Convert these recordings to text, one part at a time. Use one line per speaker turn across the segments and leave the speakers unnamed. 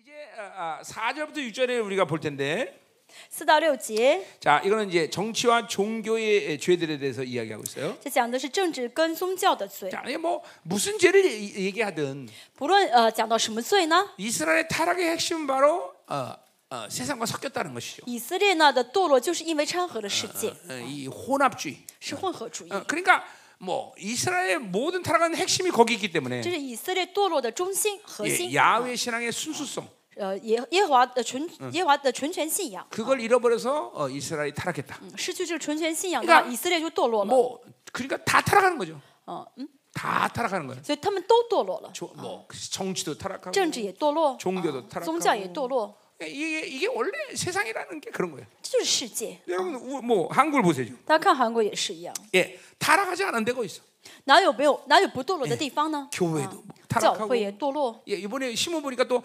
이제 아, 아, 4절부터 6절에 우리가 볼 텐데
四到六节，
자 이거는 이제 정치와 종교의 죄들에 대해서 이야기하고 있어요.
这讲的是政治跟宗教的罪。
자, 이게 뭐 무슨 죄를 얘- 얘기하든
不论呃讲到什么罪呢？
이스라엘의 타락의 핵심은 바로 어, 어, 세상과 섞였다는 것이죠.
以色列呢的堕落就是因为掺和了世界，
어, 이 혼합주의.
是混合主义。
어, 그러니까 뭐 이스라엘의 모든 타락은 핵심이 거기 있기 때문에
这是以色列堕落的中心核
예,
心，
야훼 신앙의 순수성
呃，耶耶和华的纯耶和华的纯全信仰，
그걸 잃어버려서 어, 이스라엘이 타락했다.
嗯失去这个纯全信仰的话，
그러니까
以色列就堕落了。
뭐 그러니까 다 타락하는 거죠.
哦，嗯，
다 타락하는 거예요.
所以他们都堕落了，
조- 뭐 정치도 타락하고
政治也堕落，
종교도타락하고
宗教也堕落，
이게 이게 원래 세상이라는 게 그런 거예요.
这就是世界。
여러분 우- 뭐 한국을 보세요. 지금.
大家看韩国也是一样，
예, 타락하지 않은 데가 있어.
哪有没有哪有不堕落的地 方呢？
교회도 뭐
教
타락하고.
会也堕落。
예, 이번에 신문 보니까 또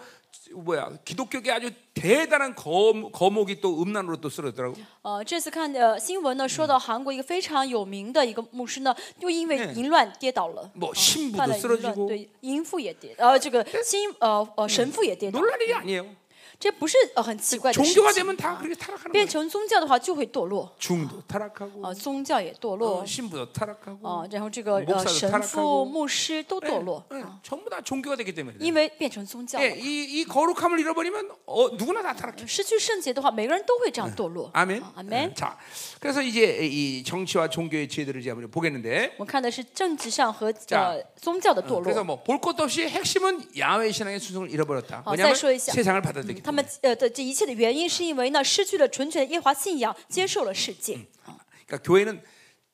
뭐야 기독교계 아주 대단한 검, 거목이 또 음란으로 또 쓰러졌더라고.
呃，这次看的新闻呢，说到韩国一个非常有名的一个牧师呢，就因为淫乱跌倒了，
뭐
犯
신부도
了淫乱，
쓰러지고
对，淫妇也跌，呃，这个新呃呃神父也跌倒，
놀랄 일이 아니에요.
这不是呃很奇怪的事
종교가
情。
되면 다 그러니까 그렇게 타락하는 거예요.
变成宗教的话，就会堕落，
중도 타락하고
啊，宗教也堕
어,
落，
신부도 타락하고
啊，然后这个
목사도
呃神
타락하고
父、牧师都堕落，
예, 전부 다 종교가 되기 때문에. 그래요.
因为变成宗教了
예, 이, 이 거룩함을 잃어버리면 어, 누구나 다 타락해.
失去圣洁的话，每个人都会这样堕落。
아멘.
啊 아멘
예, 。 자, 그래서 이제 이 정치와 종교의 죄들을 이제 한번 보겠는데.
我们看的是政治上和
자
呃宗教的堕
그래서
落，
뭐 볼 것도 없이 핵심은 야외 신앙의 순성을 잃어버렸다. 음,
어,
왜냐하면
再说一下。
세상을 받아들이기
他
때문에.
们呃的这一切的原因是因为呢失去了纯全的耶和华信仰，接受了世界。
그러니까 교회는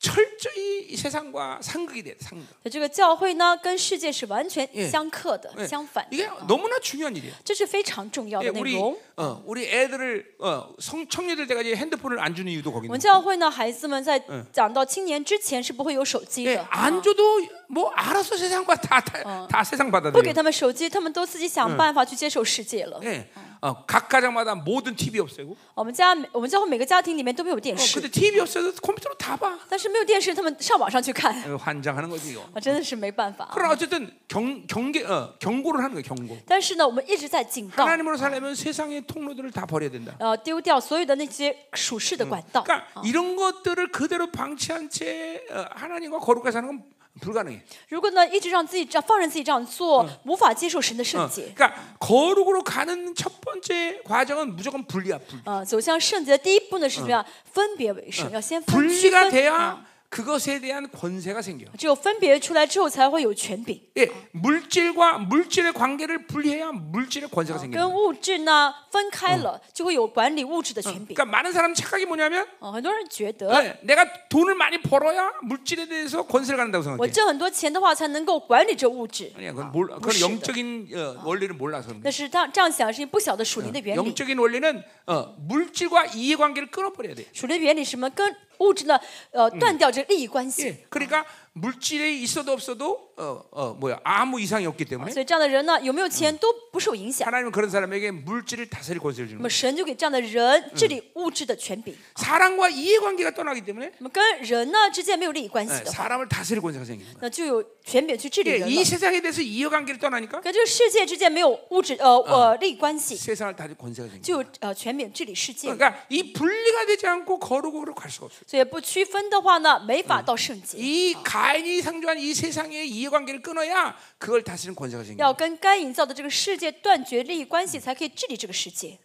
철저히 이 세상과 상극이 돼. 상극.
那这个教会呢跟世界是完
예
全相克的、
예,
相反
이게
的，
너무나 중요한 일이에요.
这是非常重要
예,
的内
우리
容。
어, 우리 애들을 어, 성 청년들 때까지 핸드폰을 안 주는 이유도 거기
我们
있는.
教会呢，孩子们在讲到青年之前是不会有手机
예,
的，
안 줘도 뭐 알아서 세상과 다다 다, 다 세상
不给
받아들여.
他们手机，他们都自己想办法去接受世界了。
예, 어, 각 가정마다 모든 TV 없애고.
我们家我们教会每个家庭里面都会有电
어,
视，
근데 TV 없어도 컴퓨터로 다 봐.
但是没有电视，他们上网上去看，
어, 환장하는 거지 이거.
我真的是没办法。啊
그러나 어쨌든 경, 경계 어, 경고를 하는 거예요. 경고.
但是呢，我们一直在警告，
하나님으로 살려면 세상의 통로들을 다 버려야 된다.
呃，丢掉所有的那些属世的管道。
그러니까 이런 것들을 그대로 방치한 채 어, 하나님과 거룩하게 사는 건 불가능해.
如果呢，一直让自己这样放任自己这样做，无法接受神的圣
어,
洁，
그러니까 거룩으로 가는 첫 번째 과정은 무조건 분리야. 분리.
呃，走向圣洁的第一步呢是什么呀？分别为圣，要先分区
분리가
分。啊
돼야 그것에 대한 권세가 생겨.
只有分别出来之后，才会有权柄。
예, 물질과 물질의 관계를 분리해야 물질의 권세가 생겨.
跟物质呢分开了，就会有管理物质的权柄。
그러니까 많은 사람 착각이 뭐냐면
哦，很多人觉得
네, 내가 돈을 많이 벌어야 물질에 대해서 권세를 갖는다고
我
생각해.
挣很多钱的话，才能够管理这物质。
아니야, 그건, 몰, 그건
是的。
영적인 어, 원리를 몰라서 그런 거야.
但是他这样想是不晓得属灵的原理。
영적인 원리는 어, 물질과 이해관계를 끊어버려야 돼. 예,
属灵的原理是什么？跟物质呢，呃，断掉这利益关系。
예, 그러니까 물질에 있어도 없어도 어, 어, 뭐야 아무 이상이 없기 때문에
所以这样的人呢，有没有钱都不受影响。
하나님은 그런 사람에게 물질을 다스릴 권세를
那
주는 거야.
么神就给这样的人治理物质的权柄。
사랑과 이해관계가 떠나기 때문에
那么跟人呢之间没有利益关
예,
系的话，
사람을 다스릴 권세가 생기는 거야.
那就有权柄去治理
예,
人
이
了。
세상에 대해서 이해관계를 떠나니까
跟这个世界之间没有物质呃
啊
呃利益关系，
세상을 다스릴 권세가 생겨.
就有呃权柄治理世界。
그러니까 이 분리가 되지 않고 거룩으로 갈 수가 없어. 요
所以不区分的话呢，没法到圣洁。
이 가인이 상주한 이 세상의 이해관계를 끊어야 그걸 다스리는 권세가 생겨.
要跟该营造的这个世界断绝利益关系，才可以治理这个世界。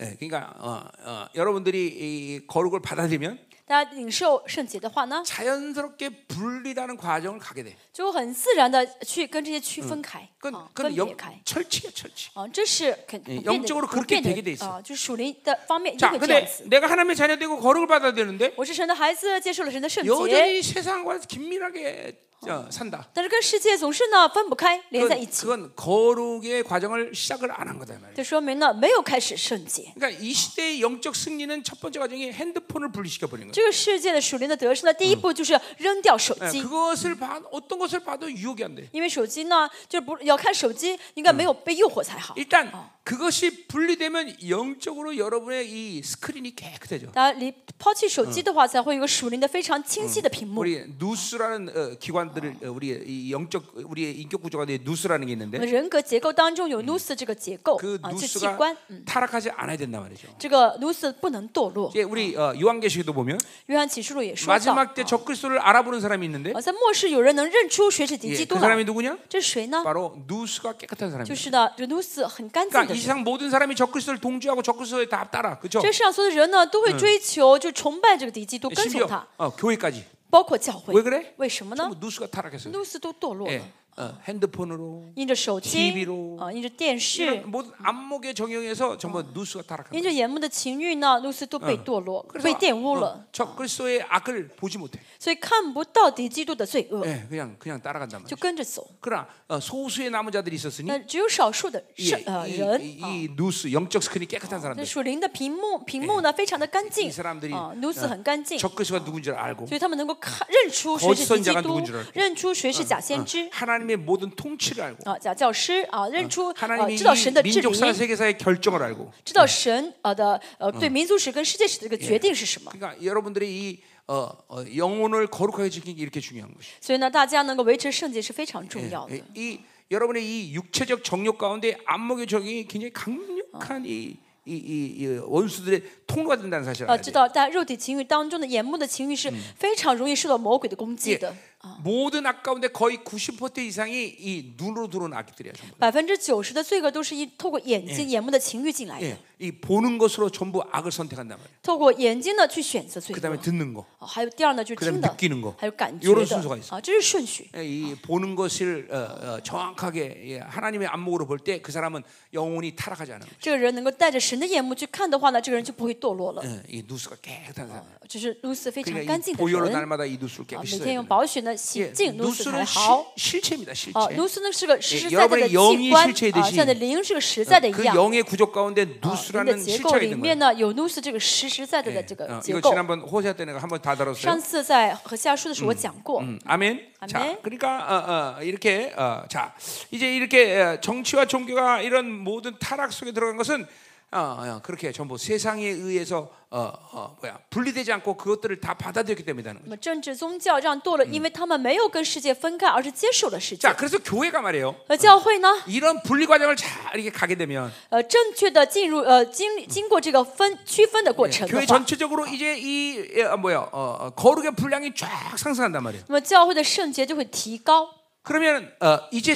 예, 그러니까 어, 어, 여러분들이 이 거룩을 받아들이면
大家领受圣洁的话呢，
자연스럽게 분리라는 과정을 가게 돼.
就很自然的去跟这些区分开，
그건,
啊，
어, 그건
分
嗯
别
영,
开。
철칙이야 철칙.
啊，这是肯
예
不变
영적으로
的，
그렇게
不变
되게돼있
的
어
啊，就是属灵的方面一定
자,
会这样
근데
子。
내가 하나님의 자녀되고 거룩을 받아야 되는데
我是神的孩子，接受了神的圣洁，
여전히 세상과 긴밀하게 어, 산다.
但是跟世界总是呢分不开，连在
그건,
一起，
그건 거룩의 과정을 시작을 안 한 거다 이 말이야.
这说明呢没有开始圣洁。
그러니까 이 시대의 영적 승리는 첫 번째 과정이 핸드폰을 분리시켜 버리는 거야.
这个世界的属灵的得胜呢，第一步就是扔掉手
예,
机，
그것을 봐 어떤 것을 봐도 유혹이 안 돼.
因为手机呢，就是不要看手机，应该没有被诱惑才好。
일단 그것이 분리되면 영적으로 여러분의 이 스크린이 깨끗해져. 뭐
嗯大家离抛弃手机的话，才会有一个属灵的非常清晰的屏幕。
우리 누스라는 어, 기관 사람들을 어, 우리의 이 영적 우리의 인격 구조가 내 누스라는 게
我们
있는데
人格结构当中有 nous 这个结构
그
啊，这器
누스가
官，嗯
타락하지 않아야 된단 말이죠.
这个 nous 不能堕落。
이제 우리 어, 요한계시도 보면
约翰启示录也说到，
마지막 때 적그리스도를 알아보는 사람이 있는데
啊，在末世有人能认出谁是敌
예,
基
그
督
어, 사람이
了，
누구냐?
这是谁呢？
바로 누스가 깨끗한
就
사람이에요.
是呢，这 nous 很干净
그러니까
的
이
人。
세상 모든 사람이 적그리스도를 동조하고 적그리스도에 다 따라. 그렇죠?
这世嗯哎上所有的人呢，都会追求，就崇拜这个敌基督，跟从
심지어
他，
어, 교회까지.
包括教会
왜 。 그래?
为什么哎呢
뭐 ？ 누스가 타락했어요.
nous 都堕落了
예 ， 어, 핸드폰으로
因着手
TV
机
로
啊，因着电
이런
视，
모든 안목의 정형에서 전부 누스가 타락한 거예요.
因着眼目的情欲呢，nous 都被堕落，
그래서
被玷污
어,
了，
적그리스도의 악을 보지 못해.
所以看不到敌基督的罪恶，
예, 그냥 그냥 따라간단
就
말이죠.
跟着走。
그러나 어, 소수의 남은 자들이 있었으니
那只有少数的
이,
是呃
어, 이, 어,
人
이,
啊，
이 누스 영적 스크린이 깨끗한
那
사람들
属灵的屏幕屏幕呢非常的干净
이 사람들이
啊，nous 很干净，
적그리스도가 누군지 를 알고
所以他们能够看认出谁是
거짓
敌
선자가 누
基督
군지를알고 ，
认出谁是假先知
하나님의 모든 통치를 알고
啊，假教师啊，认出
어,
啊
하나님이
知道神的治理，
민족사 세계사의 결정을 알고
知道神啊的呃
嗯
对民族史跟世界史的这个决定是什么。
그러니까 여러분들이 이 어, 어, 영혼을 거룩하게 지키는 게 이렇게 중요한 것이
所以呢，大家能够维持圣洁是非常重要
예,
的。
이 여러분의 이 육체적 정욕 가운데 안목의 정이 굉장히 강력한 이, 이, 이, 이 원수들의 통로가 된다는 사실을
要
알아야
呃知
돼요.
道，在肉体情欲当中的眼目的情欲是
嗯
非常容易受到魔鬼的攻击
예,
的。
모든 악 가운데 거의 90% 이상이 이 눈으로 들어온 악들이야 전부.
百分之九十的罪恶都是一透过眼睛、眼目的情欲进来的，
예, 이 보는 것으로 전부 악을 선택한단 말이에요.
透过眼睛呢去选择罪恶。
그다음에 듣는 거,
啊还有第二呢，就是听
그다음에느끼는거
的，还有感觉
요런순서가있
的
어
啊，这是顺序。
예, 이 보는 것을 어, 어, 정확하게 예, 하나님의 안목으로 볼 때 그 사람은 영혼이 타락하지 않은 거예요.
这个人能够带着神的眼目去看的话呢，这个人就不会堕落了。
예, 이 누수가 깨끗한 사람.
这是露丝非常
嗯 그러니까
干
이
净的
보혈로
人啊，
날마다 이 누수를 깨끗이
每
써야
天
돼요.
用宝血呢洗
예,
净露丝才
누수는 어, 실,
好。
실체입니다. 실체.
啊，露丝呢是个实实
예
在在
여러분의
的
영이
器官
실체되시
啊，像的灵是个实在的一
그
样。
영의 구조 가운de
啊人的
누수라는
结构
실체가
里
있는
面
거예요.
呢，有露丝这个实实在在的
예,
嗯这嗯个
어,
结
이거
构。
지난번 호세아 때 내가 한번 다 다뤘어요.
上次在和下书的时候我讲过，
음, 아멘. 자,
아멘.
그러니까 어, 어, 이렇게 어, 자 이제 이렇게 어, 정치와 종교가 이런 모든 타락 속에 들어간 것은 어, 어, 그렇게 전부 세상에 의해서 어, 어, 뭐야 분리되지 않고 그것들을 다 받아들였기 때문이라는 거죠.
那么政治宗教让堕落，因为他们没有跟世界分开，而是接受了世界
자, 。 그래서 교회가 말이에요.
而教会呢，
이런 분리 과정을 잘 이렇게 가게 되면
呃，正确的进入呃经历经过这个分区分的过
예,
程的
교회
话，
전체적으로 이제 이 어, 뭐야 어, 어, 거룩의 분량이 쫙 상승한단 말이에요.
那么教会的圣洁就会提高。
그러면 어, 이제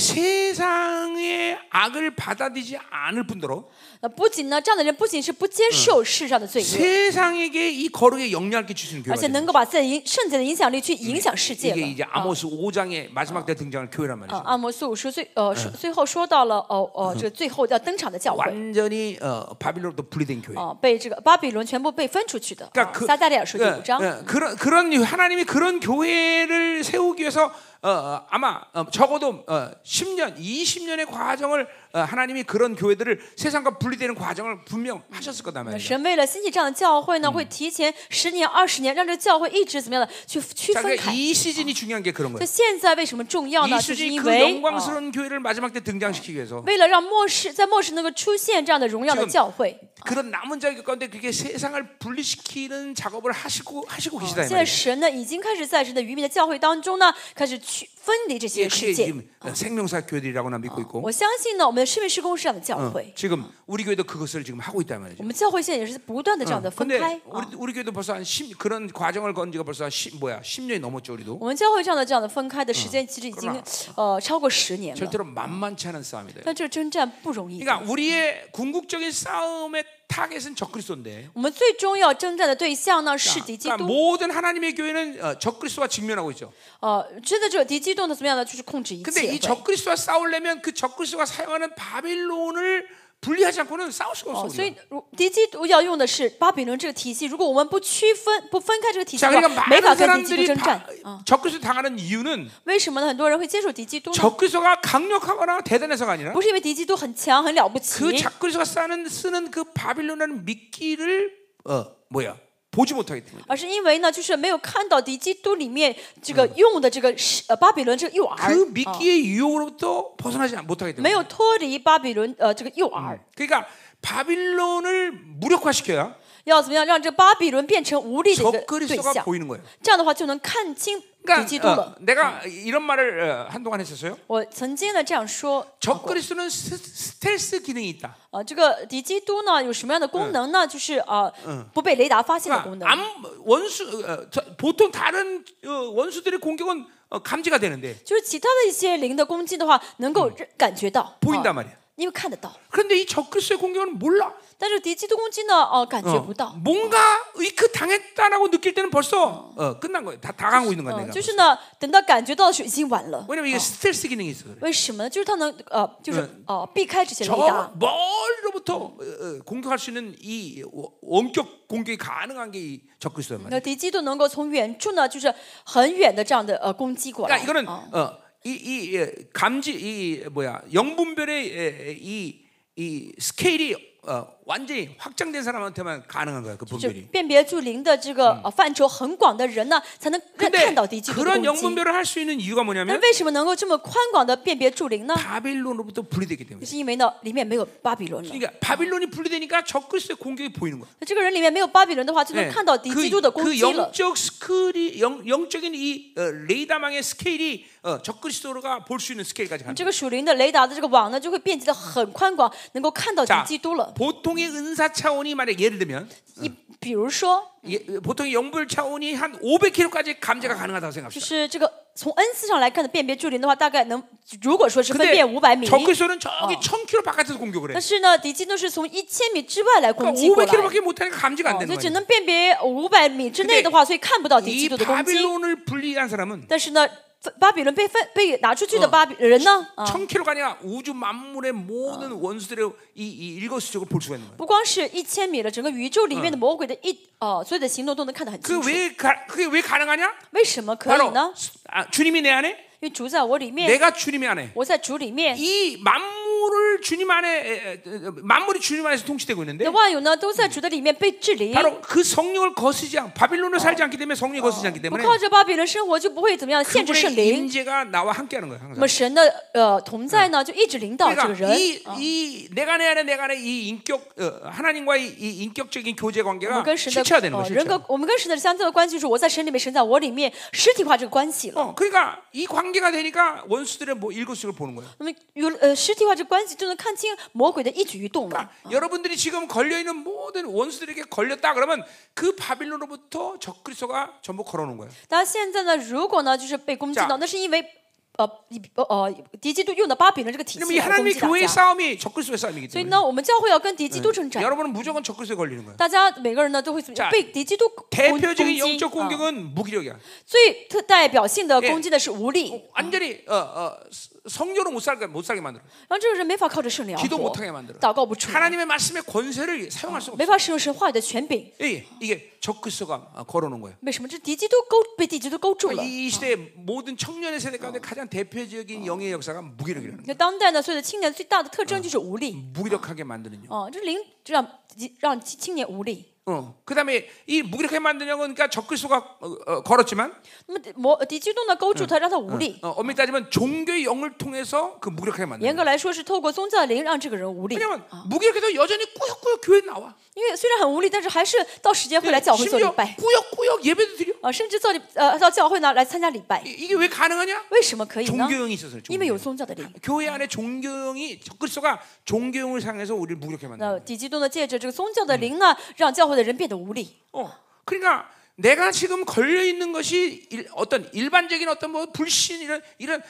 세상의 악을 받아들이지 않을 뿐더러
那不仅呢，这样的人不仅是不接受世上的罪恶，
세상에게 이 거룩의 영향을 끼치는
而
교회가
且
되는
能够把自己的影圣洁的影响力去影响世
거예요. 어.
界
이게 이제
了。
아모스 5장의 마지막 때 등장한 교회란 말이죠.
啊，按摩素五十最呃说最后说到了哦哦、这个最后要登场的教会
완전히 어, 바빌론으로부터 분리된 교회.
哦、被这个巴比伦全部被分出去的。啊
그러니까 그
撒加利亚书第五章。
예, 예, 그런 그런 하나님이 그런 교회를 세우기 위해서 어, 어, 아마 어, 적어도 어, 10년, 20년의 과정을 어, 하나님이 그런 교회들을 세상과 분리되는 과정을 분명 하셨을 거다 말이죠.
神为了兴起这样的教会呢，会提前十年、二十年，让这个教会一直怎么样的去区
자,
分
그
开。
이 시즌이 중요한 게 그런
那
거예요.
现在为什么重要呢？
이
就是因
시즌이 그
为、啊
영광스러운 교회를 마지막 때 등장시키기 위해서
为了让末世在末世能够出现这样的荣耀的
지금
教会，
그런 남은 자의 가운데 그게 세상을 분리시키는 작업을 하시고 하시고 어, 계시다 이
现在
말이에요.
神呢已经开始在神的渔民的教会当中呢，开始去分离这
이게
些世界。
지금 어. 생명사 교회들이라고 난 믿고 있고
我相信呢，我们的市民施工是这样的教
어,
会，
지금 우리 교회도 그것을 지금 하고 있단 말이죠.
我们教会现在也是不断的这样的分
근데
开。
우리
啊
우리 교회도 벌써 한 10, 그런 과정을 건 지가 벌써 한 10, 뭐야 10년이 넘었죠 우리도
我们教会这样的这样的分开的时间，其实已
그러나
经呃超过十年了。
절대로 만만치 않은 싸움이다.
但这个征战不容易的。
그러니까 우리의 궁극적인 싸움의 타겟은 적그리스도인데.
我们最终要征战的对象呢是敌基
어. 그러니까
督。
모든 하나님의 교회는 어, 적그리스도와 직면하고 있죠.
呃，真的，这个敌基督呢，怎么样呢？就是控制一
근데
切
이
会。
적그리스도와 싸우려면 그 적그리스도가 사용하는 바빌론을 분리하지 않고는 싸울 수가
哦，
없어.
所以
우리가.
如敌基督要用的是巴比伦这个体系。如果我们不区分、不分开这个体系
자,
的
그러니까
话，没法
많은
跟敌基督
사람들이
征战
바-
啊。
적그리스도 당하는 이유는
为什么呢？很多人会接触敌基督呢？
적그리스도가 강력하거나 대단해서가 아니라
不是因为敌基督很强、很了不起，
그 적그리스도가 쓰는 쓰는 그 바빌론이라는 미끼를 어 뭐야 보지 못하기 때문에.
而是因为呢，就是没有看到敌基督里面这个用的这个是呃嗯巴比伦这个诱
그
饵，
미끼의 유혹으로부터 벗어나지 않- 못하기
没
때문에.
有脱离巴比伦呃这个诱饵。
그러니까 바빌론을 무력화시켜야
要怎么样让这巴比伦变成无力的一个嗯对
적그리스도가
象？
보이는 거예요.
这样的话就能看清敌基督
그러니까
了
어, 。 내가 이런 말을 어, 한동안 했었어요.
我曾经呢这样说，
적그리스도는 스- 스텔스 기능이 있다.
呃，这个敌基督呢有什么样的功能呢？就是呃，不被雷达发现的功
그러니까
能。
암 원수 어, 저- 보통 다른 어, 원수들의 공격은 어, 감지가 되는데
就是其他的一些灵的攻击的话，能够认感觉到，啊
보인단 말이야.
因为看得到。
그런데 이 적그리스도의 공격은 몰라.
但是敌基督攻击呢，哦、感
어,
觉不到。
뭔가 의크 당했다라고 느낄 때는 벌써 어, 끝난 거예요. 다 당하고 있는 거야
嗯，
내가.
就是呢，等到感觉到的时候已经晚了。
왜냐면 이게 스텔스 기능이 있어 그래.
为什么呢？就是他能呃，就是呃，避开这些雷
저
达。
멀리로부터 어, 어, 공격할 수 있는 이 원- 원격 공격이 가능한 게 이 적그리스도란 말이야.
那敌基督能够从远处呢，就是很远的这样的呃攻击过来。
그러니까 이거는
啊
어, 이, 이 예, 감지 이 뭐야 영분별의 예, 이, 이 스케일이 어, 완전히 확장된 사람한테만 가능한 거야 그
就
분별이.
辨别出灵的这个呃范畴很广的人呢，才能认
근데
看到敌基督的
그런
攻击。
영분별을 할 수 있는 이유가
但
뭐냐면
为什么能够这么宽广的辨别主灵
어.
呢？
바빌론으로부터 분리되기
就
때문에.
是因为呢，里面没有巴比伦了。
그러니까 바빌론이 분리되니까 적그리스의 공격이 보이는 거야.
那这个人里面没有巴比伦的话，就
예,
能看到敌基督的攻
그
击了。
영적 스크리 영, 영적인 이 어, 레이다망의 스케일이 어, 적그리스도가 볼 수 있는 스케일까지 가는
这个属灵的雷达的这个网呢，就会遍及的很宽广，能够看到敌
자,
基督了。
보통의 은사 차원이 만약 예를 들면
一比如说，
예, 보통 영불 차원이 한 500km까지 감지가 가능하다고
就
생각합시다.
是这个从恩赐上来看的辨别主灵的话，大概能如果说是分
근데
辨五百米，
적그리스도는 저기
어.
1000km 바깥에서 공격을 해.
但是呢，敌基督是从一千米之外来
그
攻击过来，
500km밖에 못하니까 감지가 안
所
되는
以只
거예요.
能辨别五百米之内的话，所以看不到敌基
이
督的攻击。
바빌론을 분리한 사람은
但是呢，巴比伦被分被拿出去的巴比人呢，
어.
啊，
1000km가 아니라 우주 만물의 모든 원수들의 이, 이 일거수적을 볼 수가 있는 거예요.
不光是一千米了，整个宇宙里面的魔鬼的一哦，所有的行动都能看得很清楚。
그왜 그게 왜 가능하냐?
为什么可以
바로
呢？
아, 주님이 내 안에
因为主在我里面，
내가 주님이 안에
我在主里面，
이 만물을 주님 안에 에, 에, 에, 만물이 주님 안에서 통치되고 있는데
那万有呢都在主的里面被治理。
바로 그 성령을 거스지 않 바빌론을 살지 않기 때문에 성령이 거스지 않기
不
때문에
靠着巴比伦生活，就不会怎么样限制圣
그분의
灵。
임재가 나와 함께하는 거야
那么
항상.
神的呃同在呢，就一直领导这个
그러니까
人。
이, 이 내가 내 안에 내가 안에 이 인격 어, 하나님과의 이 인격적인 교제
我
관계가
们跟神的
실체화되는
呃
어, 거
人
실체.
格，我们跟神的相交的关系就是我在神里面，神在我里面，实体化这个关系了。
어, 그러니까 이 관계가 되니까 원수들의 뭐 일거수를 보는 거야.
那么有了呃实体化这个关系，就能看清魔鬼的一举一动了
그러니까 。 여러분들이 지금 걸려 있는 모든 원수들에게 걸렸다 그러면 그 바빌론으로부터 적그리스도가 전부 걸어놓은 거야.
大家现在呢，如果呢就是被攻击
자
到，那是因为呃以呃呃敌基督用的巴比伦这个体
왜냐면 이
系来攻
하나님의
击大
교회의
家。
싸움이 적그리스도의 싸움이기
所以
때문에
呢，我们教会嗯要跟敌基督征战。
여러분은 무조건 적그리스도에 걸리는 거야.
大家每个人呢都会怎么样
자 어.
被敌基督攻攻哎击
대표적인 영적
啊
공격은 무기력이야.
最特代表性的
예
攻击的是无力，
완전히 어, 어, 성령으로 못 살게 못 살게 만들어.
然后这个人没法靠着圣灵而
기도못
活
하게만들어 ，
祷告不出来，
하나님의 말씀의 권세를 사용할 수가 없어.
没法使用神话语的权柄。
예, 이게 적그리스도가 걸어놓은 거예요.
为什么这敌基督勾被敌基督勾住了？
이 시대 의 모든 청년의 세대 가운데 가장 대표적인 영의 역사가 무기력이라는 거예요.
那当代呢，所有的青年最大的特征就是无
아.
力。
무기력하게 만드는 영.
哦，这灵让让青青年无力。
어, 그다음에 이 무기력하게 만드는 영은 그러니까 적그리스도가 어, 어, 걸었지만
那么魔敌基督呢勾住他，让他无力。
어, 엄밀히 따지면 종교의 영을 통해서 그 무기력하게
严
만드는.
格
거예요.
来说，是透过宗教的灵让这个人无力。
왜냐면 무기력해도 여전히 꾸역꾸역 교회 나와.
因为虽然很无力，但是还是到时间会来教会做礼
그렇죠. 심지어
拜，
꾸역꾸역 예배도 드려.
啊，甚至做礼呃到教会呢来参加礼拜。
이- 이게 왜 가능하냐?
为什么可以呢？
종교형이 있어서
因为
종교.
有宗教的灵。
교회 안에 종교형이 적그리스도가 종교형을 상해서 우리를 무기력하게 만드는. 거예요.
那敌基督呢，借着这个宗教的灵呢，让教会的人变得无力。
어, 그러니까 내가 지금 걸려 있는 것이 일- 어떤 일반적인 어떤 뭐 불신 이런 이런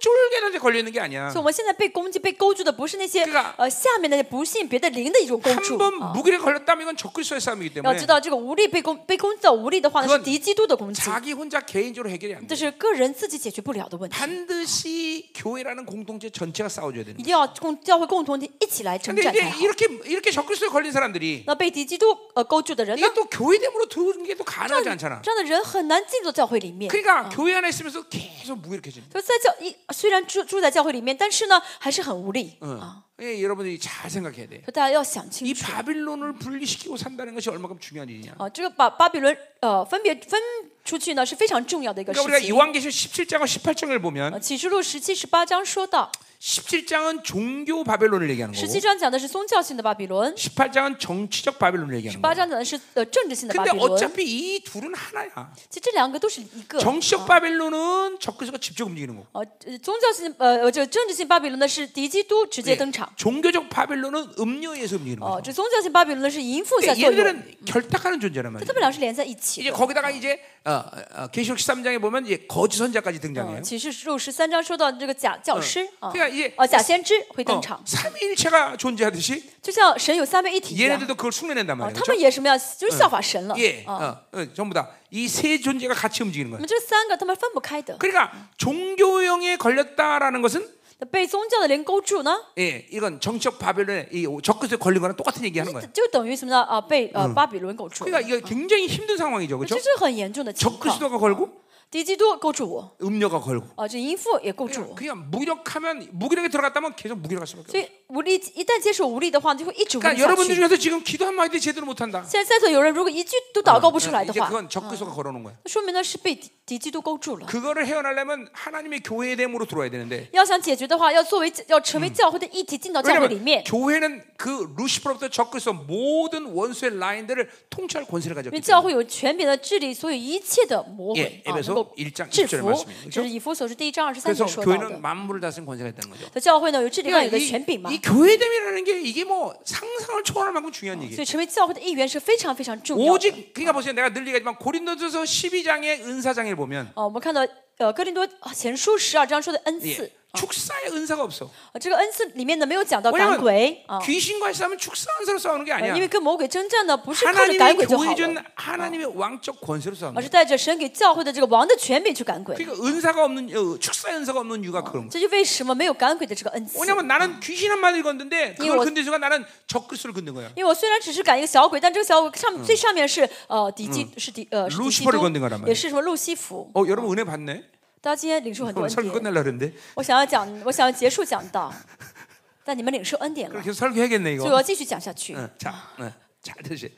쫄쫄개한테 걸려 있는 게 아니야.
所以我们现在被攻击、被勾住的，不是那些
这个
呃下面那些不信别的灵的一种勾住
한 。번
啊
무기력 걸렸다면 이건 적그리스도의 싸움이기
要
때문에
知道，这个无力被攻被攻击到无力的话呢，
그건
是敌基督的攻击，
자기 혼자 개인적으로 해결이 안
这
돼.
是个人自己解决不了的问题。
반드시 교회라는 공동체 전체가 싸워줘야 되는. 거야.
一定要共教会共同体一起来征
근데
战
이제
才好。
이렇게 이렇게 적그리스도에 걸린 사람들이
那被敌基督呃勾住的人呢
이게 ，또 교회됨으로 들어오는 게 또 가능하지 않잖아.
这样的人很难进入教会里面。
그러니까 교회 안에 있으면서 계속 무기력해지는.
就在教一虽然住住在教会里面，但是呢还是很无力。
거야. 어. 그렇죠. 예, 여러분들이 잘 생각해야 돼.
所以大家要想
이
清楚
바빌론을 분리시키고 산다는 것이 얼마큼 중요한 일이냐.
啊，这个把巴比伦呃分别分出去呢是非常重要的一个
그러니까
事
우리가
情。
요한계시록 17장과 18장을
呃
보면
启示录十七、十八章说到，
17장은 종교 바벨론을 얘기하는
十
거고
七章讲的是宗教性的巴比伦，
18장은 정치적 바벨론을
十
얘기하는
八
거고
章讲的是呃政治性的巴
근데
比伦。
어차피 이 둘은 하나야
其实这两个都是一
그,
个。
정치적 바벨론은 적그리스도가 직접 움직이는 거고
呃，呃宗教性呃呃，这政治性巴比伦呢是敌基督直接
예,
登场。
종교적 바벨론은 음료에 의해서 움직이는
哦，
거죠
这宗教性巴比伦呢是淫妇在
어, 그러니까
作用，
얘네들은 결탁하는 존재란
这他
말이에요
们俩是连在一起
이제
的。哦
거기다가 이제 어, 어, 계시록 13장에 보면 이제 거짓 선자까지 등장해요
嗯，启示录十三章说到这个假教师啊
对啊嗯也，
啊假先知会登
어,
场，
삼위일체가 존재하듯이
就像神有三位一体一样，
얘네들도 그걸 숙면한단
啊
말이에요
他
그렇죠?
们也什么样，
嗯
就是效法神了
예,
啊。
어, 어, 전부 다 이 세 존재가 같이 움직이는
那
거예요
么这三个他们分不开的，
그러니까 종교형에 걸렸다라는 것은
那被宗教的人勾住呢，
예, 이건 정치적 바벨론에 이 적그리스도에 걸린 거랑 똑같은 얘기하는 거예요.
就等于什么呢？啊，被呃
嗯
巴比伦勾住了，
그러니까 이거 굉장히 힘든 상황이죠,
这
그렇죠?
是很严重的情况。
적그리스도가 걸고
敌基督勾住我，
음료가 걸고. 그렇죠.
啊，这淫妇也勾住我。
그냥 무력하면 무기력에 들어갔다면 계속 무기력할 수밖에 없어요.
所以无力一旦接受无力的话，就会一直无力
그러니까
下
여러분들
去。
중에서 지금 기도 한 마디 제대로 못 한다. 아,
现在在座有人如果一嗯句都祷告不出来
이제
的话，
그건 적그리스도가 걸어놓은 거예요.
那说明呢是被敌敌基督勾住了。
그거를 헤어나려면 하나님의 교회의 됨으로 들어와야 되는데
要想解决的话，要作为要成嗯为教会的一体进到教会里
왜냐하면
面，
교회는 그 루시퍼로부터 적그리스도 모든 원수의 라인들을 통치할 권세를
因
가졌기
为教
때문에
会有权柄的治理，所有一切的魔鬼
예
啊
에베소
能够
1장
制
1절의
服
말씀이에요 。
这是以弗所书第一章二十三节
그래서
说到的
교회는 。 만물을 다스리는 권세가 있다는 거죠.
所以教会呢有治理万有的
그러니까 이,
权柄嘛，
이 교회됨이라는 게 이게 뭐 상상을 초월할 만큼 중요한
所
얘기예요.
以成为教会的一员是非常非常重要的。
오직 어, 그러니까 보세요. 내가 늘 얘기하지만 고린도전서 12장의 은사장을 보면
哦，我们看到呃哥林多前书十二章说的恩
예,
赐，
축사의 은사가 없어.
啊这个恩赐里面呢没有讲到赶
왜냐면
鬼啊。
귀신과 싸우면 축사 은사로 싸우는 게
呃
아니야.
因为跟魔鬼征战呢，不是靠着
하나님의
赶鬼就好
교회 준
了，
하나님의 왕적 권세로 싸우는
而是
거야.
带着神给教会的这个王的权柄去赶鬼。
그러니까 은사가 없는 어, 어. 축사 은사가 없는 이유가 그런 거야.
这就为什么没有赶鬼的这个恩赐。
왜냐면 나는 귀신 한 마디 건드는데 그걸
이거-
건드수가 나는 적그리스를 건든 거야.
因为我虽然只是赶一个小鬼，但这个小鬼上最上面是呃敌基是敌呃是
루시
敌基
퍼를건든거란말이야
督，也是什么路西弗。
어, 여러분 은혜 받네.
大家今天领受很多
오늘
恩
설교
典，
끝날라 그랬는데.
我想要讲，我想要结束讲道， 但你们领受恩典了，
그렇게 설교해야겠네
所以嗯我
이거.
要继续讲下去。
응, 자, 응, 잘 드시.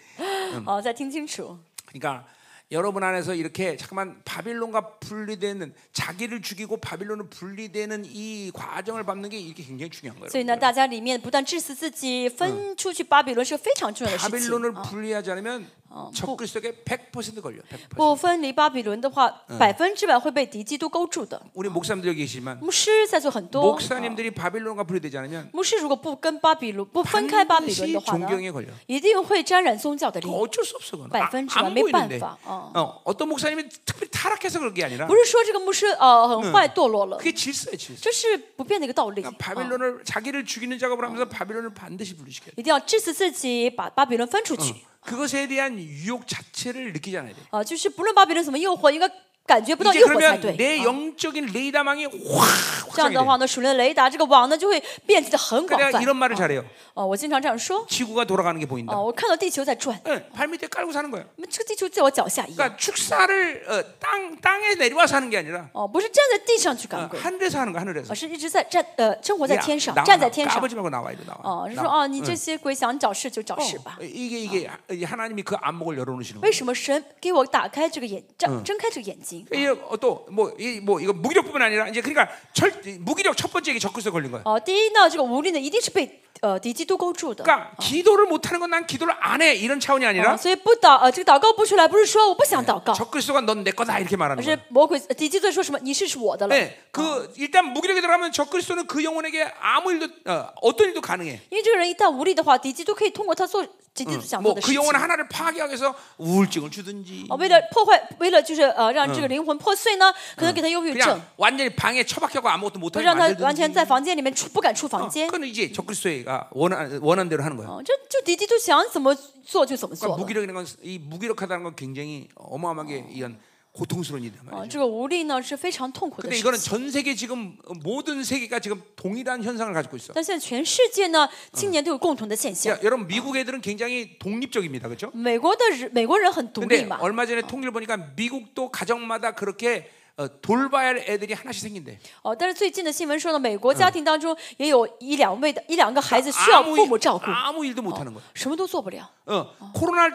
哦，再听清楚。
그러니까 여러분 안에서 이렇게 잠깐만 바빌론과 분리되는 자기를 죽이고 바빌론을 분리되는 이 과정을 밟는 게 이게 굉장히 중요한
所
거예요.
以呢，大家里面不但致死自己，分出去巴嗯比伦是个非常重要的事情。
바빌론을 분리하지 않으면 적그리스도에게 100% 걸려. 100%.
不分离巴比伦的话，百分之百会被敌基督勾住的。
우리 목사님들 여기 계시지만
嗯牧师在做很多，啊
목사님들이 바빌론과 분리되지 않으면
牧师如果不跟巴比伦不分开巴比伦
반드시
的话呢，
존경에 걸려.
一定会沾染宗教的灵。
어쩔 수 없어 그건. 아,
百分之百
안
没
보이는데.
办法， 어.
어, 어떤 목사님이 특별히 타락해서 그런 게 아니라
不是说这个牧师呃很坏堕落了，
그게 질서야 질서.
这是不变的一个道理。
그러니까
啊
바빌론을 자기를 죽이는 작업을 하면서 바빌론을 반드시 분리시켜야 돼.
一定要致死自己，把巴比伦分出去。
그것에 대한 유혹 자체를 느끼지 않아야 돼.
啊，就是不论巴比伦怎么诱惑，应该感觉不到
이제
诱惑才
그러면
对。
내
啊
영적인 레이다망이 확
这样
확장이
的
돼.
话呢，属灵的雷达这个网呢就会遍及的很
그러니까
广
내가
泛。
이런 말을 잘해요.
哦，我经常这样说。
지구가 돌아가는 게 보인다.
哦，我看到地球在转，
예, 발밑에 깔고 사는 거예요.
那么这个地球在我脚下一样。
그러니까 축사를 어, 땅 땅에 내려와 사는 게 아니라
哦，不是站在地上去
어,
赶鬼，
하늘에서 하는 거 하늘에서.
而是一直在站呃生活在
야,
天上，
나와,
站在
나와.
天上。
까불지 말고 나와 어, 이리 나와.
哦，是说
나와.
哦，你这些鬼想找事就找事吧
어, 。 이게 이게 하- 이 하나님이 그 안목을 열어놓으시는
为
거예요.
什么神给我打开这个眼，睁睁开这个眼睛？
哎 또뭐이뭐 이거 무기력뿐만 아니라 이제 그러니까 철 이- 무기력 첫 번째 이게 적그리스도 걸린 거예요.
哦，第一呢，这个无力呢，一定是被呃敌基督勾住的。
그러니까 기도를 못 하는 건 난 기도를 안 해 이런 차원이
啊
아니라
所以不祷呃，这个祷告不出来，不是说我不想
어,
祷告，
적그리스도가 넌 내 거다 이렇게 말하는
而
거예요.
是魔鬼呃敌基督说什么你是我的了。
네, 그 일단 무기력에 들어가면 적그리스도는 그 영혼에게 아무 일도 어, 어떤 일도 가능해.
因为这个人一旦无力的话，敌基督可以通过他做敌基督想做
뭐
的事
그
情。
영혼 하나를 파괴하기 위해서 우울증을 주든지
啊，为了破坏，为了就是呃，让这个灵魂破碎呢，可能给他忧郁症，
그냥 완전히 방에 처박혀고 아무것도
会
못하게
让他完
만들든지.
全
어,
在房间里面出不敢出房间。
그건 이제 적그리스도가 원한 원한 대로 하는 거야.
啊，这就敌基督想怎么做就怎么做
그러니까
了。
무기력이라는 건 이 무기력하다는 건 굉장히 어마어마하게 어, 이런 고통스러운 일이란
啊，
말이죠.
这个无力呢是非常痛苦的
근데
事
이거는
情。
전 세계 지금 모든 세계가 지금 동일한 현상을 가지고 있어.
但现在全世界呢，今年都有共同的现象
야, 。 여러분 미국 애들은 굉장히 독립적입니다, 그렇죠?
美国的人，美国人很独立
근데
嘛。
얼마 전에 통일 보니까 미국도 가정마다 그렇게 어, 돌봐야 할 애들이 하나씩 생긴대.
哦，但是最近的新闻说呢，美国家庭当中也有一两位的一两个孩子需要
아무
父母
일-
照顾，哦
어. 아무 일도 못 하는 거야.
什么都做不了。
어, 코로나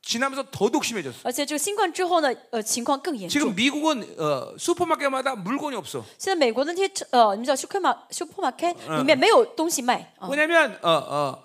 지나면서 더더욱 심해졌어.
而且这个新冠之后呢，呃，情况更严重。
지금 미국은 어, 슈퍼마켓마다 물건이 없어.
现在美国的那些呃，你们叫 supermarket
嗯
supermarket 里面没有东西卖啊，
왜냐하면 어, 어,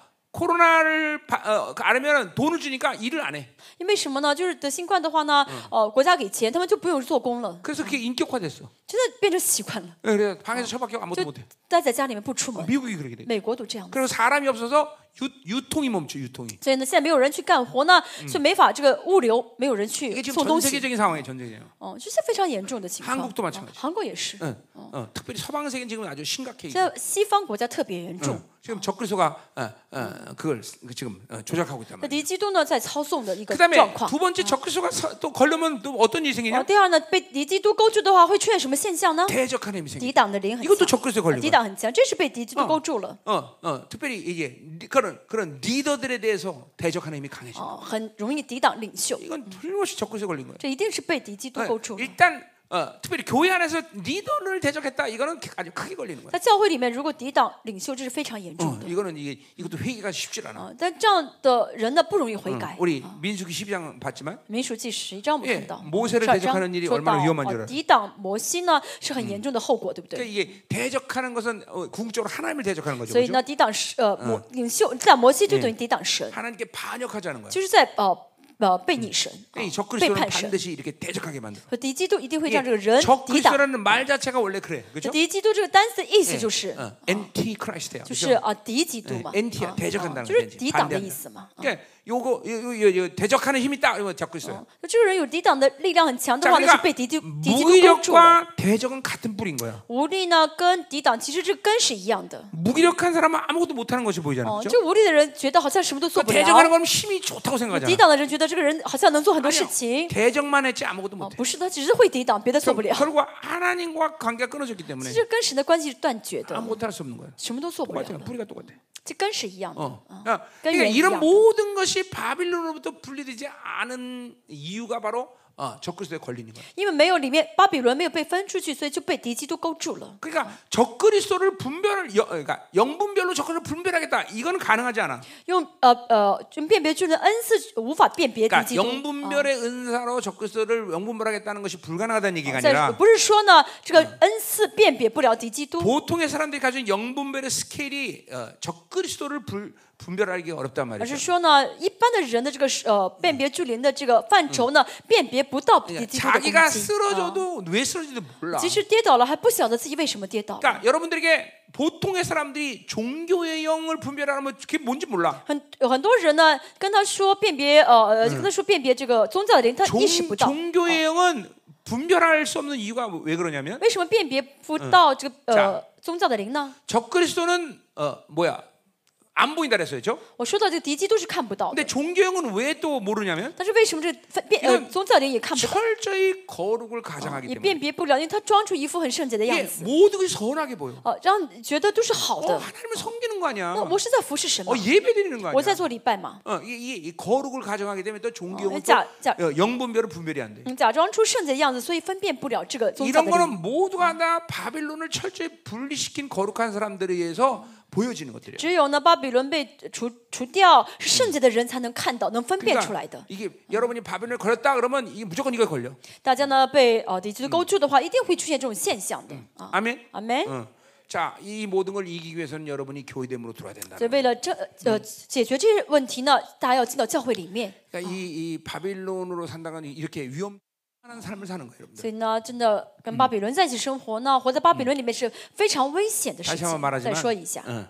코로나를 바- 어, 알면 돈을 주니까 일을 안 해.
因为什么呢？就是得新冠的话呢，
嗯
呃，国家给钱，他们就不用做工了，
그래서 그게 인격화됐어. 예, 어.
真的变成习惯了，
그래서 방에서 처밖에 아무도 못 해.
待在家里面不出门。
미국이 그렇게 돼.
美国都这样的，
그리고 사람이 없어서 유, 유통이 멈춰. 유통이.
所以呢，现在没有人去干活呢，
嗯
所以没法这个物流，没有人去
이게 지금
送
전
东西，
세계적인 상황이에요. 전 세계적인.
哦、这是非常严重的情况。
韩国都
啊
마찬가지
韩国也是，
응, 어, 특별히 서방 세계는 지금 아주 심각해.
现在西方国家特别严重。
응, 지금 적그리스도가 어, 어, 그걸 지금 어, 조작하고 있단
那
말이야.
敌基督呢，在操纵的一个
그
状
다음에
况
두 。 번째 적그리스도가 서- 또 걸려면 또 어떤 일이
然后
생기냐?
第二呢，被敌基督勾住的话，会出现什么现象呢？
대적하는 힘이
抵
생겨.
挡的灵很
이것도
强，
적그리스도
啊抵
걸리고.
挡很强，这是被敌基督勾住了。
어, 어, 특별히 이게 리- 그런 그런 리더들에 대해서 대적하는 힘이 강해져.
哦，很容易抵挡领袖，
이건 틀림없이 적그리스도 걸린 거예요.
这一定是被敌基督
네,
勾住了。
일단 어, 특별히 교회 안에서 리더를 대적했다. 이거는 아주 크게 걸리는 거예요.
在教会里面，如果抵挡领袖，这是非常严重
어,
的
이거는 이게 이것도 회개가 쉽지 않아.
啊。但这样的人呢，不容易悔改。
우리 민수기 12장 봤지만
民数记十一章我们
예
看到，
모세를
十二
대적하는일이
章说
얼마나위험한줄 알아요
到哦抵挡摩西呢是很严重的后果，对不对？
그러니까 이게 대적하는 것은 어, 궁극적으로 하나님을 대적하는 거죠.
所以
그죠?
呢，抵挡是呃摩领袖，抵挡摩西就等于抵挡神，
하나님께 반역하자는 거예요.
就是在呃呃背逆神，啊
이
背
적그리스도는
叛神。
반드시 이렇게 대적하게 만들어.
和敌基督一定会
이게
让这个人抵挡。
적그리스도라는 말 자체가 원래 그래. 그죠?
敌基督这个单词的意
哎
思就是，
어, 엔티 크라이스트야.
就是啊敌基督嘛，
예 NT 啊
啊
대적한다는
啊
거
就是
왠지
抵
반대한다
挡的嗯意思嘛。
그러니까 요거 요, 요, 요, 요 대적하는 힘이 딱 이거 잡고 있어요. 그러니까
那啊这个人有抵挡的力量很强的话，那是被敌基敌基督勾住了。
무기력과 대적은 같은 뿌린 거야.
无力呢，跟抵挡其实这根是一样的。
무기력한 사람은 아무것도 못하는 것이 보이잖아요.
哦，
그죠?
就无力的人觉得好像什么都做
그러니까
不
대적하는
了，
건 힘이 좋다고
抵
생각하잖아.
挡的人觉得这个人好像能做很多事情。
대적만 했지 아무것도
哦
못해. ，
不是，他只是会抵挡，别的做不了。
결국 하나님과 관계가 끊어졌기
其
때문에
实跟神的关系是断绝的，
아무것도 할 수 없는 거야.
什么都嗯嗯做不了
똑같아.
的，
어, 뿌리가 똑같아.
这根是一样的。啊
어. 그러니까
그러니까
이런
연기하고.
모든 것이 바빌론으로부터 분리되지 않은 이유가 바로 어, 적그리스도에 걸리는 거야.
因为没有里面巴比伦没有被分出去，所以就被敌基督勾住了。
그러니까 적그리스도를 분별을 여, 그러니까 영분별로 적그리스도를 분별하겠다. 이거는 가능하지 않아.
用呃呃，就辨别出的恩赐无法辨别敌
그러니까
基督。
영분별의 은사로 적그리스도를 영분별하겠다는 것이 불가능하다는 얘기가
在
아니라
不是说呢，这个恩赐辨啊嗯别不了敌基督，
보통의 사람들이 가진 영분별의 스케일이 어, 적그리스도를 불- 분별하기 어렵단
而是
말이죠.
说呢，一般的人的这个是呃辨别距离的这个范畴呢，辨别不到敌
그러니까
基督的攻
자기가
击。啊
쓰러져도 왜 쓰러지도 몰라.
即使跌倒了，还不晓得自己为什么跌倒。
그러니까 여러분들에게 보통의 사람들이 종교의 영을 분별하면 그게 뭔지 몰라.
很有很多人呢，跟他说辨别呃呃，跟他说辨别这个宗教的人，他
종,
意识不到。啊
종교의 영은 분별할 수 없는 이유가 왜 그러냐면
为什么辨别不到这个
자
呃宗教的灵呢？
적그리스도는 어, 뭐야 안 보인다 그랬어요, 죠
我说到这个敌基督是看不到的
근데 ， 종교의 영은 왜 또 모르냐면
但是为什么这个分辨
이
呃
건
宗教的灵也看不到，
철저히 거룩을 가장하기
也
때문에
辨别不了？因为他装出一副很圣洁的样
이게
子，
모든 게 선하게 보여.
哦、让你觉得都是好的。
어, 하나님을 섬기는 거 아니야?
那我哦是在服侍神嘛
어, ， 예배드리는 거
我在
아니야?
做礼拜嘛，
어, 이, 이, 이 거룩을 가정하게 되면 또 종교는
어, 자, 자.
또 어, 영분별을 분별이 안 돼.
嗯假装出圣洁的样子，所以分辨不了这个宗教
이런
的人。
거는 모두가 다 바빌론을 철저히 분리시킨 거룩한 사람들에 의해서 보여지는 것들이에요.
只有呢，巴比伦被除除掉，是圣洁的人才能看到，能分辨出来
그러니까
的。
이게 여러분이 바빌론을 걸렸다 그러면 이게 무조건 이거 걸려.
大家呢被呃敌基督勾住的话，一定会出现这种现象的啊。
아멘.
阿门。
어. 자, 이 모든 걸 이기기 위해서는 여러분이 교회됨으로 들어야 된다.
所以为了这呃解决这些问题呢，大家要进到教会里面。
그러니까 이, 이 바빌론으로 산다는 건 이렇게 위험한 삶을 사는 거예요, 여러분들.
所以呢，真的跟巴比伦在一起生活呢，活在巴比伦里面是非常危险的事
다시 한번
情。再
말하지만
说一下，
어.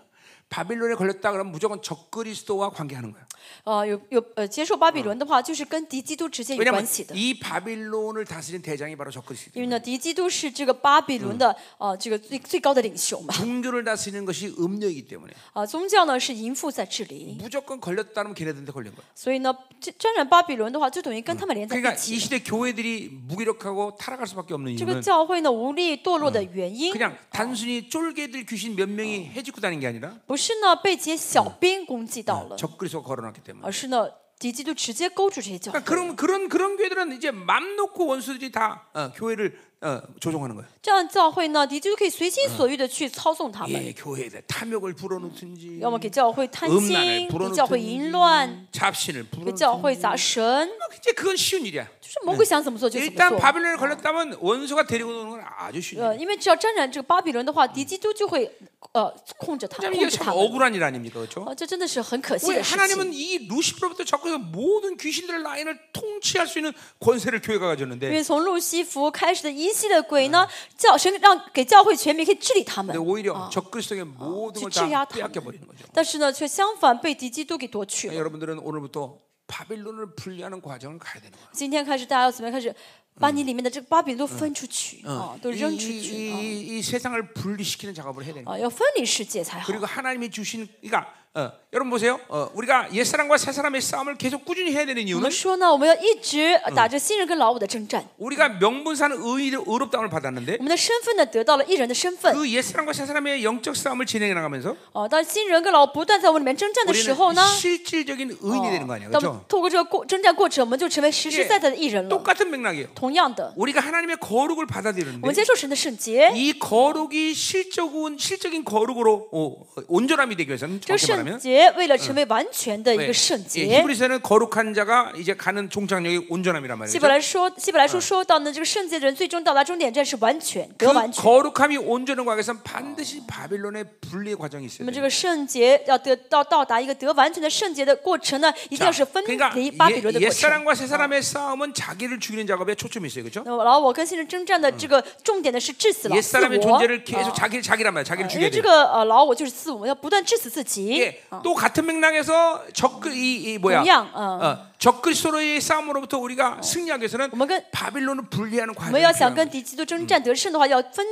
바빌론에 걸렸다 그러면 무조건 적그리스도와 관계하는 거야.
呃，有有呃，接受巴比伦的话，就是跟敌基督之间有
왜냐면
关系的。
이 바빌론을 다스린 대장이 바로 적그리스도.
因为呢，敌基督是这个巴比伦的
嗯
呃这个最最高的领袖嘛，
종교를 다스리는 것이 음료이기 때문에
啊、宗教呢是淫妇在治理，
무조건 걸렸다면 걔네들한테 걸린 거야.
所以呢，这沾染巴比伦的话，就等于跟他们连在
그러니까
一
이
起。
시대 교회들이 무기력하고 타락할 수밖에 없는
这个
이유는
教会呢无力堕落的原因，
그냥 단순히 쫄개들 귀신 몇 명이 해집고 다니는 게 아니라
不是呢被这些小兵攻击到
어.
了，
嗯 적그리스도 걸어놨기 때문에
而是呢敌基督直接勾住这些教会
그러니까 。 그런 그런 그런 교회들은 이제 맘 놓고 원수들이 다 어, 교회를 어, 조종하는 거예요.
这样教会呢，敌基督可以随心所欲的去操纵他们，
예, 뭐 교회에 탐욕을 불어넣든지
要么给教会贪
음란을
心，
불어넣 嗯
给教会
든지
淫乱，
잡신을
给教
불어넣든지
会砸神，
이제 그건 쉬운 일이야.
就是魔鬼
嗯
想怎么做就怎么
일단
做。
바빌론에 걸렸다면 원수가 데리고 오는 건 아주 쉬운 일이야.
呃，因为只要沾染这个巴比伦的话，敌基督就会呃控制他，
참,
控
이게
制
참
他们。
억울한 일 아닙니까, 그렇죠?
哦，这真的是很可惜
왜
的事情。
하나님은 이 루시프로부터 적그리스도 모든 귀신들의 라인을 통치할 수 있는 권세를 교회가
因
가졌는데
为从路西弗开始的一系列鬼呢，教神让给教会全民可以治理他
근데
们，
오히려 적그리스도의 모든 걸 다
어. 지치야 다. 음.
빼앗겨 버리는 거죠.
但是呢，却相反被敌基督给夺去
그러니까
了。
여러분들은 오늘부터 바빌론을 분리하는 과정을 가야 되는 거예요.
今天开始，大家要怎么样开始把你里面的这个巴比伦都分出去啊，都
이,
扔出去
이,
啊
이, 이 세상을 분리시키는 작업을 해야 되는 거예요.
啊，要分离世界才好。
그리고 하나님이 주신 그러니까 어, 여러분 보세요. 어, 우리가 옛 사람과 새 사람의 싸움을 계속 꾸준히 해야 되는
我
이유는
们说呢，我们要一直呃打着新人跟老五的征战。
우리가 명분사는 의의 의롭다움을 받았는데
我们的身份呢，得到了一人的身份
그 옛 사람과 새 사람의 영적 싸움을 진행해 나가면서
哦。当新人跟老五不断在我们里面征战的时候呢，
우리는 실질적인 의인이 되는 거
哦
아니에요,
那么
그렇죠?
透过这个过征战过程，我们就成为实实在在的一人了。
예. 똑같은 맥락이에요.
同样的，
우리가 하나님의 거룩을
我们
받아들이는데
接受神的圣洁。
이 거룩이 실적인 실적인 거룩으로 어, 어, 온전함이 되기 위해서는
这个
정확히
圣
말하면
洁为了成嗯为完全的一
네,
个圣
예,
洁，
히브리서는 거룩한 자가 이제 가는 종착역이 온전함이란 말이죠.
希伯来说，希伯来书说到呢，这个圣洁的人最终到达终点站是完全得完
그
全。
거룩함이 온전한 과정에선 반드시 바빌론의 분리의 과정이
那
있어요.
么这个圣洁要得到到达一个得完全的圣洁的过程呢，一定要是分离巴比伦的
그러니까 옛
过程。
사람과 새 사람의 싸움은 자기를 죽이는 작업에 초점이 그렇죠. 있어요, 어, 그렇죠?
那么，然后我跟先生征战的这个重点呢是致死
옛
了自
사람의
我，
존재를 계속 자기를 자기란 말이야, 자기를
因
죽여야
为
돼.
这个呃老我就是自我，要不断致死自己。
예, 또 같은 맥락에서 적그이 이 뭐야?
동양, 어.
어, 적그리스도의 싸움으로부터 우리가 승리하기 위해서는
我们跟-
바빌론을 분리하는
我
과정이
们要想
필요한
跟
거예요.
敌基督征战得胜的话，要分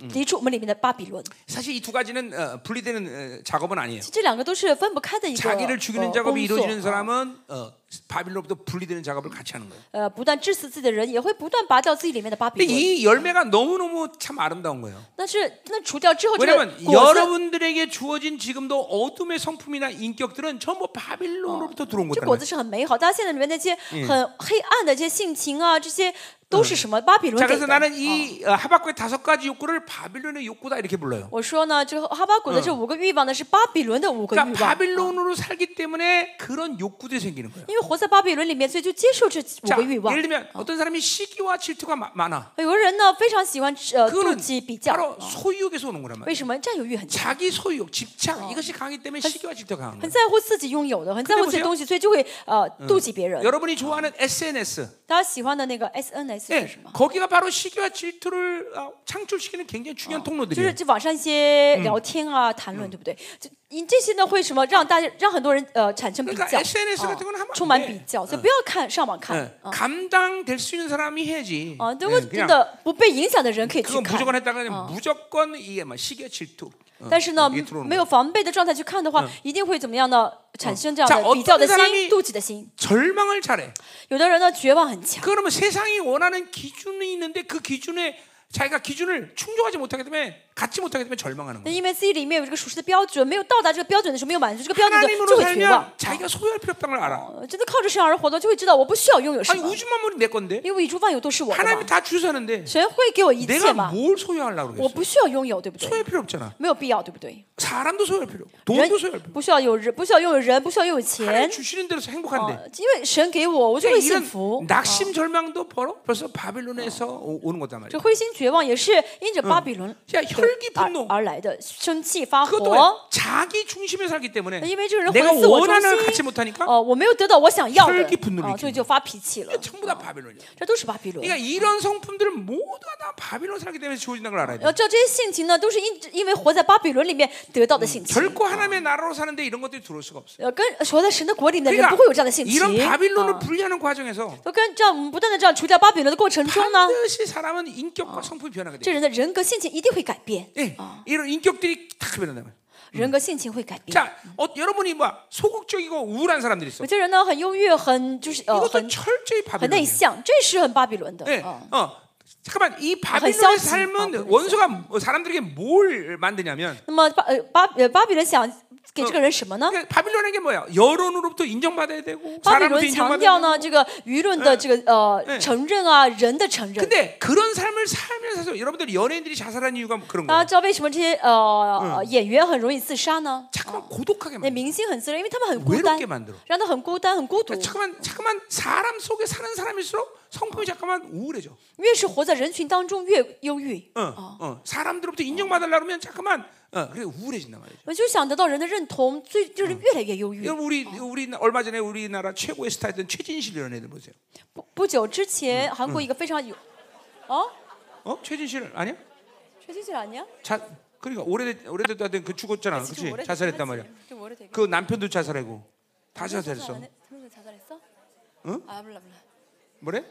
嗯
离出我们里面的巴比伦。
사실 이 두 가지는 어, 분리되는 어, 작업은 아니에요.
这两个都是分不开的一个
자기를
呃
죽이는
工
작업이
作。
이루어지는 사람은 어, 바빌로부터 분리되는 작업을 같이 하는 거예요.
呃，不断致死自己的人，也会不断拔掉自己里面的巴比
근데
伦。
이 열매가 너무 너무 참 아름다운 거예요.
但是，那除掉之后，这个
왜냐면
果子，
여러분들에게 주어진 지금도 어둠의 성품이나 인격들은 전부 바빌론으로부터 들어온
这果
거잖아요.
子是很美好。大家现在里面那些
嗯
很黑暗的这些性情啊，这些都是什么巴比伦
자,
给
그래서
的？
나는 이 어, 하박국의 다섯 가지 욕구를 바빌론의 욕구다 이렇게 불러요.
我说呢，这个哈巴谷的这
嗯
五个欲望呢，是巴比伦的五个欲
그러니까
望。
바빌론으로 살기 때문에 그런 욕구들이 생기는 거예요.
因为活在巴比伦里面，所以就接受这五
자,
个欲望
예를 。 들면 어떤 사람이 시기와 질투가 마- 많아.
有的人呢非常喜欢呃妒
그거는
忌比较
바로 ， 소유욕에서 오는 거란
为
말이에요.
什么占有欲很强，
자기 소유욕, 집착 이것이 강하기 때문에 시기와 질투가 강한 거예요.
很在乎自己拥有的，很在
근데
乎自己
보세요
的东西，所以就会呃妒忌别人。
여러분이 좋아하는 SNS,
大家喜欢的那个 SNS 是
예,
什么？
거기가 바로 시기와 질투를 어, 창출시키는 굉장히 중요한
就
통로들이에요.
是这网上一些聊天啊、谈论，对不对？就你这些呢，会什么让大家让很多人呃产生比较，啊
그러니까 SNS 같은 건하면안
充满
돼
比较，所以不要看上网看
예, 감당될 수 있는 사람이 해야지.
啊。如
예,
果
그냥
真的不被影响的人可以去
그건
看，
무조건 했다가 그냥 무조건 이게 막 시기와 질투. 어,
但是呢
이게 ， 들어오는
没有防备的状态去看的话，一定会怎么样呢？产生这样
자
的比较的
어떤사람이
心、妒忌的心。
절망을 잘해.
有的人呢，绝望很强，
그러면 세상이 원하는 기준이 있는데 그 기준에 자기가 기준을 충족하지 못하기 때문에 갖지 못하기 때문에 절망하는
那
거예요.
因为自己里面有这个属实的标准，没有到达这个标准的时候，没有满足这个标准的，
하나님으로
就会绝望
살면 。 자기가 소유할 필요 없다는 걸 알아.
呃真的靠着神而活的，就会知道我不需要拥有什
아니
么，
우주 만물이 내 건데
因为宇宙万有都是我的嘛
하나님이 다 주셨는데
神会给我一切
내가
嘛。
뭘 소유하려고
我
그랬어?
不需要拥有，对不对？
소유할 필요 없잖아.
没有必要，对不对？
사람도 소유할 필요 없고
人
돈도 소유할 필요
不需要有人，不需要拥有人，不需要拥有
없고 하나님
钱，
주시는 대로 행복한데
呃因为神给我，我就
그러니까
会幸
이런
福。
낙심 절망도 벌어 벌써 바빌론에서 오- 오는 거단
这
말이야.
灰心绝望也是因着巴比伦
야 혈기
而
분노
而来的，生气发
그것도 왜?
火。
자기 중심에 살기 때문에
因为这个人
내가
魂自我中
원하는 걸 갖지
心，
못하니까
呃，我没有得到我想要
혈기분노
的，
를
啊、
느끼는
所以就发脾气了。
전부 다 바빌론이야.
这都是巴比伦。
그러니까 이런 성품들은 모두가 다 바빌론 살기 때문에 주어진다는 걸 알아야 돼.
要知道这些性情呢，都是因因为活在巴比伦里面得到的性情。
결코 하나님의 나라로 사는데 이런 것들이 들어올 수가 없어.
呃，跟活在神的国里面的人
그러니까
不会有这样的性情。
이런
啊
바빌론을 분리하는 과정에서
都跟这样我们不断的这样除掉巴比伦的过程中呢，
반드시 사람은 인격과 성품이 변하게
这
돼.
人的人格性情一定会改变，
예, 이런 인격들이 다 변한다면.
人格性情会改变。
자, 어, 여러분이 뭐 소극적이고 우울한 사람들이 있어.
有些人呢很忧郁，很就是呃
이것도
很
철저히
很
바빌론.
内向，这是很巴比伦的。
네,
啊
어. 잠깐만 이
아,
바빌론의 어,
아,
삶은
아,
원수가 뭐 사람들에게 뭘 만드냐면
那么巴呃巴呃巴比伦想给这个人什么呢？
그러니까 바빌론에게 뭐야? 여론으로부터 인정받아야 되고
巴比
사람으로부터
伦强调
인정받아야 되고.
呢，这个舆论的这个呃
嗯
承认啊，人的承认。
근데 그런 삶을 살면서 여러분들 연예인들이 자살한 이유가 뭐 그런
大
거예요.
家知道为什么这些
嗯
呃演员很容易自杀呢？
자꾸만 고독하게
那
만들어.
明星很自杀，因为他们很孤单
외롭게 ， 만들어.
让他很孤单、很孤独。
그러니까 자꾸만 자꾸만 사람 속에 사는 사람일수록 성품이 자꾸만 우울해져.
越是活在人群当中，越忧郁。
어, 어. 사람들로부터 인정받으려고 하면 자꾸만 어, 그래 우울해진단 말이죠.
我就想得到人的认同，最就是越来越忧郁。
여러분 우리 우리 얼마 전에 우리나라 최고의 스타였던 최진실 이런 애들 보세요.
不不久之前，韩国一个非常有，哦，
어? 최진실 아니야?
최진실아니야
자 그러니까 오래됐 오래됐다던 그 죽었잖아. 그렇지? 자살했단 말이야.
좀 오래되게.
그 남편도 자살하고 다 자살했어.
그 자살했어?
응?
아 몰라 몰라.
뭐래?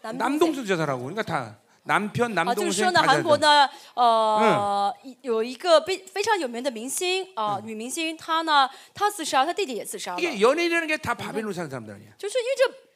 남동생.
남동생 자살하고 그러니까 다 남편
啊，就是
남동생
说呢，
다
韩国
자살.
呢，呃，一有一个非非常有名的明星啊、女明星，她呢，她自杀，她弟弟也自杀了，
이게 연예인이라는 게 다 바벨론 사는 사람들 아니야. 그러니까
就是因为这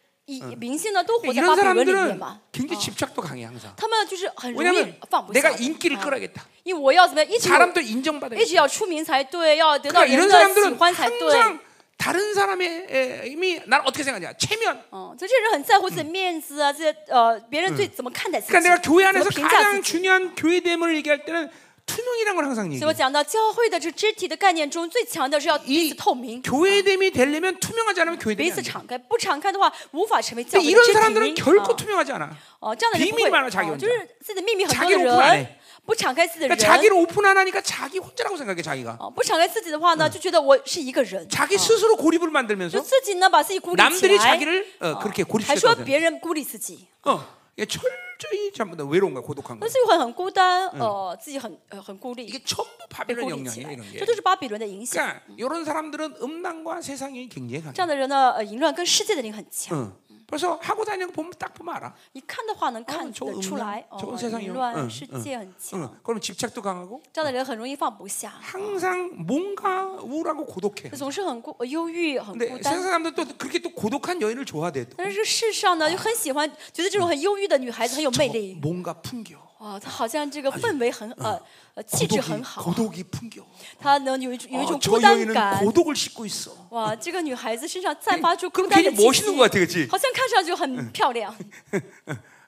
以明星呢都活在巴
이런 어.
比伦里面
사람들은
嘛，
굉장히 집착도 강해 항상.
他们就是很容易
왜냐면
放不下
내가
的，
인기를 뭐 끌어야겠다.
因为我要怎么样，一直有
사람들
一
인정받아야
直要出名才对，要得到
그러니까
人
이런
的喜
사람들은
欢才对。
항상 다른 사람의 이미 난 어떻게 생각하냐 체면
嗯，就这人很在乎自己的面子啊，自己的呃别人对怎么看待自己，
嗯 그러니까 내가 교회
怎么
안에서
评价自
가장
己。
중요한 교회됨을 얘기할 때는 투명이라는 걸 항상
所以我
얘기해
讲到教会的这肢体的概念中，最强调是要彼此透明，
교회됨이 되려면 투명하지 않으면
彼
교회됨이
此
안 돼.
敞开，不敞开的话，无法成为教
근데
会的
이런
肢
사람들은
体灵啊
결코 투명하지 않아
哦，这样的人不
비밀
会，
많아자기혼 자
哦就是自己的秘密很多
자기를 오픈 안
人
해.
不敞开自己的
그러니까
人，
자기를 오픈 안 하니까 자기 혼자라고 생각해 자기가
哦，不敞开自己的话呢，就觉得我是一个人，哦
자기 스스로 고립을
就
만들면서
自己呢把自己孤立起
남들이
来，哦
자기를 어, 그렇게
还说
고립시켰거든
别人孤立自己，
어, 이게 철저히 전부 다 외로운 거야 고독한
那
거
自己会很孤单，呃，自己很呃很孤立
이게 ， 전부
被
바벨론
孤立起
영향이야 이런 ，
来
게
这都是巴比伦的影响。
그러니까 이런 사람들은 음란과 세상이 굉장히 강해
这样的人呢，呃，淫乱跟世界的灵很强，
응. 벌써 하고 다니는 거 보면 딱 보면 알아. 어,
一看的话能看
저음
得出
란
来，
저거
哦，
세상이요
淫
응
乱世界很
응.
强，
그럼 집착도 강하고
这样的人很容易放不下，
항상 뭔가 우울하고 고독해.
总是很孤呃忧郁，很
근데
孤单
세상 。 사람들 또 그렇게 또 고독한 여인을 좋아해 또.
但是这世上呢，又很喜欢，觉得这种很忧郁的女孩子很有魅
저거
力。
어, 뭔가 풍겨.
哇，她好像这个氛围很呃呃气质
고독이,
很好，
고독이 풍겨.
她能有一种有一
어,
种
저
孤哎单
여인은
感。
고독을 싣고 있어.
哇，这个女孩子身上散发出孤
그럼
单的
괜히
气
멋있는 것
息，
같아, 그렇지?
好像看上去很漂亮。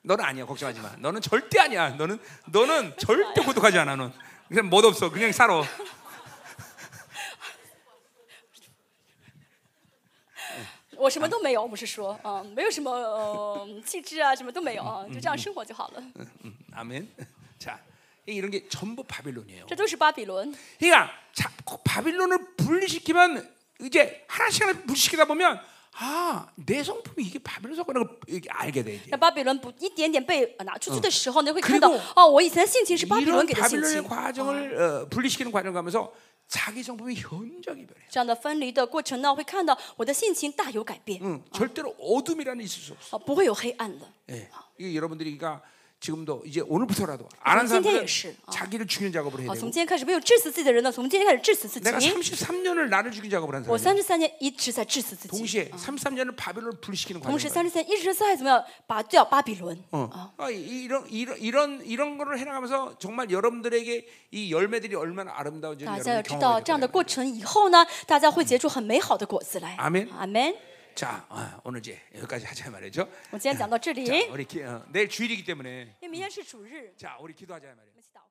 너는 아니야, 걱정하지 마. 너는 절대 아니야. 너는 너는 절대 고독하지 않아, 넌. 그냥 멋 없어, 그냥 살아.
我什么都没有，我是说，嗯，没有什么呃气质啊，什么都没有啊，就这样生活就好了。
음, 아멘. 자, 이런 게 전부 바빌론이에요.
这都是巴比伦，
그러니까 자, 바빌론을 분리시키면 이제 하나씩 하나씩 분리시키다 보면 아, 내 성품이 이게 바빌론 성품이라는 걸 이렇게 알게 돼 이제.
让巴比伦不一点点被呃拿出去的时候，你会看
그리
到
고
哦，我以前的性情是巴比伦
이런
给的性
바빌론의
情。
과정을 어, 분리시키는 과정을 가면서 자기 성품이 현저히 변해.
这样的分离的过程呢，会看到我的性情大有改变。
응, 절대로 어둠이라는 게 있을 수 없어.
啊，不会有黑暗的。
예. 이게 여러분들이 그러니까 지금도 이제 오늘부터라도 안 한
그래서
사람들은
찐텐也是. 어.
자기를 죽이는 작업을 해야
啊，从
되고
今天开始，没有致死自己的人呢，从今天开始致死自己。
내가 33년을 나를 죽이는 작업을 한 사람이야.
我三十三年一直在致死自己，
동시에 33년을 바빌론을 분리시키는
同时
과정을
三十三一直在怎么样拔掉巴比伦。
어. 아, 이- 이런 이런 이런 이런 거를 해나가면서 정말 여러분들에게 이 열매들이 얼마나 아름다운지
大家要
여러분이
知道，
경험하게
这样的
될
过程以后呢，大家会结出很美好的果子来。
阿门
阿门。
거예요. 자, 아, 오늘 이제 여기까지 하자 말이죠.
我今天讲到这里，
자,
因
우리 기- 어, 내일 주일이기 때문에
为明天是主日，
자, 우리 기도하자 말이에요.
我们一起祷告。